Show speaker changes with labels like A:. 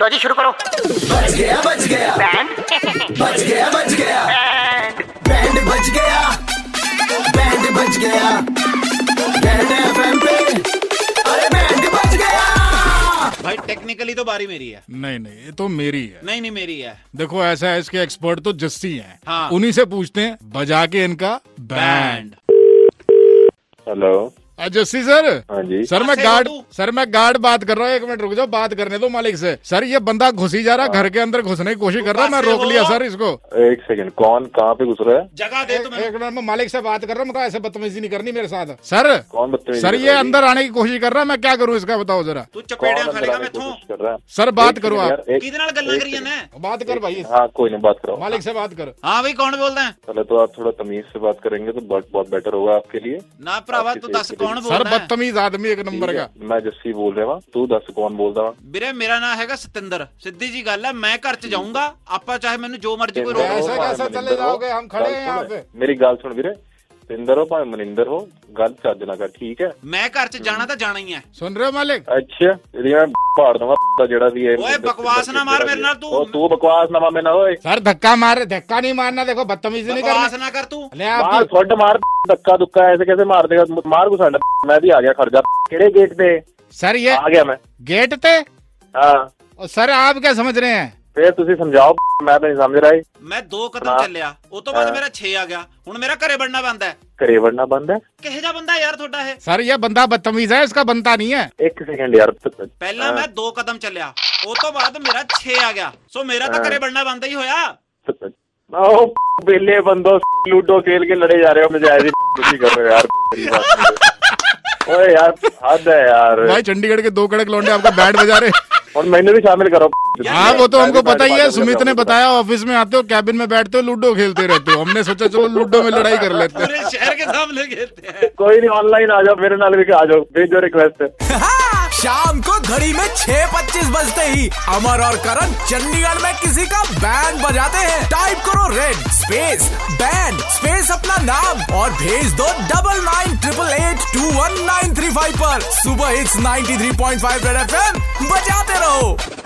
A: लो जी शुरू करो
B: बच गया बच गया
A: बैंड
B: बच गया बच गया बैंड बच गया बैंड बच गया बैंड एफएम पे अरे बैंड बच गया
C: भाई टेक्निकली तो बारी मेरी है
D: नहीं नहीं ये तो मेरी है
C: नहीं नहीं मेरी है
D: देखो ऐसा है इसके एक्सपर्ट तो जस्सी हैं
C: हाँ।
D: उन्हीं से पूछते हैं बजा के इनका band
C: band
E: hello
D: uh, Jassi sir
E: हाँ जी
D: सर मैं
C: कैसे हो
D: गार्ड
C: तू?
D: सर मैं गार्ड बात कर रहा हूँ एक मिनट रुक जाओ बात करने दो मालिक से सर ये बंदा घुस ही जा रहा
E: हाँ।
D: घर के अंदर घुसने की कोशिश कर रहा मैं
C: कैसे
D: रोक
C: हो?
D: लिया सर इसको
E: एक सेकंड कौन कहाँ पे घुस रहा है
C: जगह दे
D: एक
C: तुम्हें
D: एक मिनट मैं मालिक से बात कर रहा हूँ मैं कहा, ऐसे बदतमीजी नहीं करनी मेरे साथ सर
E: कौन बदतमीजी
D: सर
E: कर
D: ये
E: रहा है?
D: अंदर आने की कोशिश कर रहा है मैं क्या करूँ इसका बताओ जरा
C: तू
E: कौन
C: चपेड़ियां खा
E: अंदर
C: लेगा
E: आने
C: मैं
E: की
C: थों
E: कोशिश कर रहा है
D: सर, बात
E: एक
D: करो
E: सेकंड
D: आप।
E: यार, एक-
C: किदे नाल गल्ला
E: एक
C: करिए
E: सेकंड।
C: ना
D: बात कर भाई
E: हाँ कोई नहीं बात करो
D: मालिक से बात कर
C: हां भाई कौन बोलदा है
E: पहले तो आप थोड़ा तमीज से बात करेंगे तो बहुत बहुत बेटर होगा आपके लिए
C: ਨਾ ਭਰਾਵਾ
E: आप
C: ਤੂੰ
E: किसी
C: ਦੱਸ
E: एक
C: ਕੌਣ
D: सर
C: ਬੋਲਦਾ ਹੈ
D: बदतमीज आदमी एक नंबर
E: ठीक
D: का
E: है, मैं जस्सी बोल रहा हूँ तू दस कौन बोलदा वा
C: ਵੀਰੇ ਮੇਰਾ ਨਾਂ ਹੈਗਾ ਸਤਿੰਦਰ ਸਿੱਧੀ ਜੀ ਗੱਲ ਹੈ ਮੈਂ ਘਰ ਚ ਜਾਊਂਗਾ ਆਪਾਂ ਚਾਹੇ ਮੈਨੂੰ ਜੋ ਮਰਜ਼ੀ ਕੋਈ
E: ਤਿੰਦਰ
C: ਰੋਕ
D: ऐसा
E: हो,
C: ਲਓ
D: ऐसा- कैसा
E: भावें मनिंदर
D: चले
E: हो,
D: जाओगे? हम खड़े
E: गल
D: हैं यहाँ
E: सुन,
D: पे।
E: मेरी गल सुन ਵੀਰੇ ਤਿੰਦਰ ਹੋ ਭਾਵੇਂ ਮਨਿੰਦਰ ਹੋ ਗੱਲ ਚੱਜ ਨਾ ਕਰ ਠੀਕ ਹੈ
C: ਮੈਂ ਘਰ ਚ ਜਾਣਾ ਤਾਂ ਜਾਣਾ ਹੀ ਹੈ
D: सुन रहे हो मालिक
E: ਅੱਛਾ ਇਹਦੀ ਮੈਂ ਭਾੜ ਦਵਾਂ ਦਾ ਜਿਹੜਾ ਵੀ ਹੈ
C: ਓਏ, ਬਕਵਾਸ ਨਾ ਮਾਰ ਮੇਰੇ ਨਾਲ ਤੂੰ।
E: ਉਹ ਤੂੰ ਬਕਵਾਸ ਨਾ ਮਾਰ ਮੇਰੇ ਨਾਲ ਓਏ
D: सर धक्का मार धक्का नहीं मारना देखो बदतमीजी नहीं
C: ਬਕਵਾਸ
D: करनी
C: ਨਾ ਕਰ ਤੂੰ
D: ले
E: ਮਾਰ
D: आपकी
E: ਥੋੜਾ ਮਾਰ ਧੱਕਾ ਦੁੱਕਾ ਐਸੇ ਕੈਸੇ ਮਾਰ ਦੇਗਾ ਮਾਰ ਕੋ ਸਾਡਾ ਮੈਂ ਵੀ ਆ ਗਿਆ ਖੜ ਜਾ ਕਿਹੜੇ ਗੇਟ ਤੇ
D: सर ये
E: ਆ ਗਿਆ ਮੈਂ
D: गेट थे
E: ਹਾਂ
D: और सर आप क्या समझ रहे हैं
E: ਫੇਰ ਤੁਸੀਂ ਸਮਝਾਓ ਮੈਂ ਤਾਂ ਨਹੀਂ ਸਮਝ ਰਿਹਾ ਜੀ।
C: ਮੈਂ ਦੋ ਕਦਮ
E: ਹਾਂ।
C: ਚੱਲਿਆ ਉਹ ਤੋਂ ਬਾਅਦ
E: ਹਾਂ।
C: ਮੇਰਾ 6 ਆ ਗਿਆ ਹੁਣ ਮੇਰਾ ਘਰੇ ਬਣਨਾ ਬੰਦਾ ਹੈ
E: ਘਰੇ ਵੜਨਾ ਬੰਦ ਹੈ
C: ਕਿਹੋ ਜਿਹਾ ਬੰਦਾ ਯਾਰ ਤੁਹਾਡਾ ਇਹ
D: सर ये बंदा बदतमीज है इसका बनता नहीं है
E: ਇੱਕ ਸੈਕਿੰਡ ਯਾਰ
C: ਪਹਿਲਾਂ ਮੈਂ ਦੋ ਕਦਮ ਚੱਲਿਆ ਉਹ ਤੋਂ ਬਾਅਦ ਮੇਰਾ 6 ਆ ਗਿਆ ਸੋ ਮੇਰਾ ਤਾਂ
E: ਹਾਂ।
C: ਘਰੇ ਬਣਨਾ ਬੰਦਾ ਹੀ ਹੋਇਆ
E: ਉਹ ਬੇਲੇ ਬੰਦੋ ਲੂਡੋ ਖੇਲ ਕੇ ਲੜੇ ਜਾ ਰਹੇ ਹੋ ਨਜਾਇਜ਼ ਹੀ ਤੁਸੀਂ ਕਰ ਰਹੇ ਹੋ ਯਾਰ ਮੇਰੀ ਬਾਤ ਸੁਣੋ। ਓਏ ਯਾਰ ਹੱਦ ਹੈ ਯਾਰ
D: भाई चंडीगढ़ के दो कड़क लौंडे आपका बैंड बजा रहे
E: ਹੁਣ ਮੈਨੂੰ ਵੀ ਸ਼ਾਮਿल ਕਰੋ
D: हाँ वो तो हमको पता ही है सुमित ने बताया ऑफिस में आते हो कैबिन में बैठते हो लूडो खेलते रहते हो हमने सोचा चलो लूडो में लड़ाई कर लेते हैं
C: पूरे शहर के सामने खेलते हैं
E: ਕੋਈ ਨਹੀਂ ਆਨਲਾਈਨ ਆ ਜਾਓ ਮੇਰੇ ਨਾਲ ਵੀ ਆ ਜਾਓ ਭੇਜੋ ਰਿਕੁਐਸਟ
F: शाम को घड़ी में छह पच्चीस बजते ही अमर और करण चंडीगढ़ में किसी का बैंड बजाते हैं टाइप करो रेड स्पेस बैंड स्पेस अपना नाम और भेज दो double nine triple eight two one nine three five पर सुबह it's 93.5 three point five red F बजाते रहो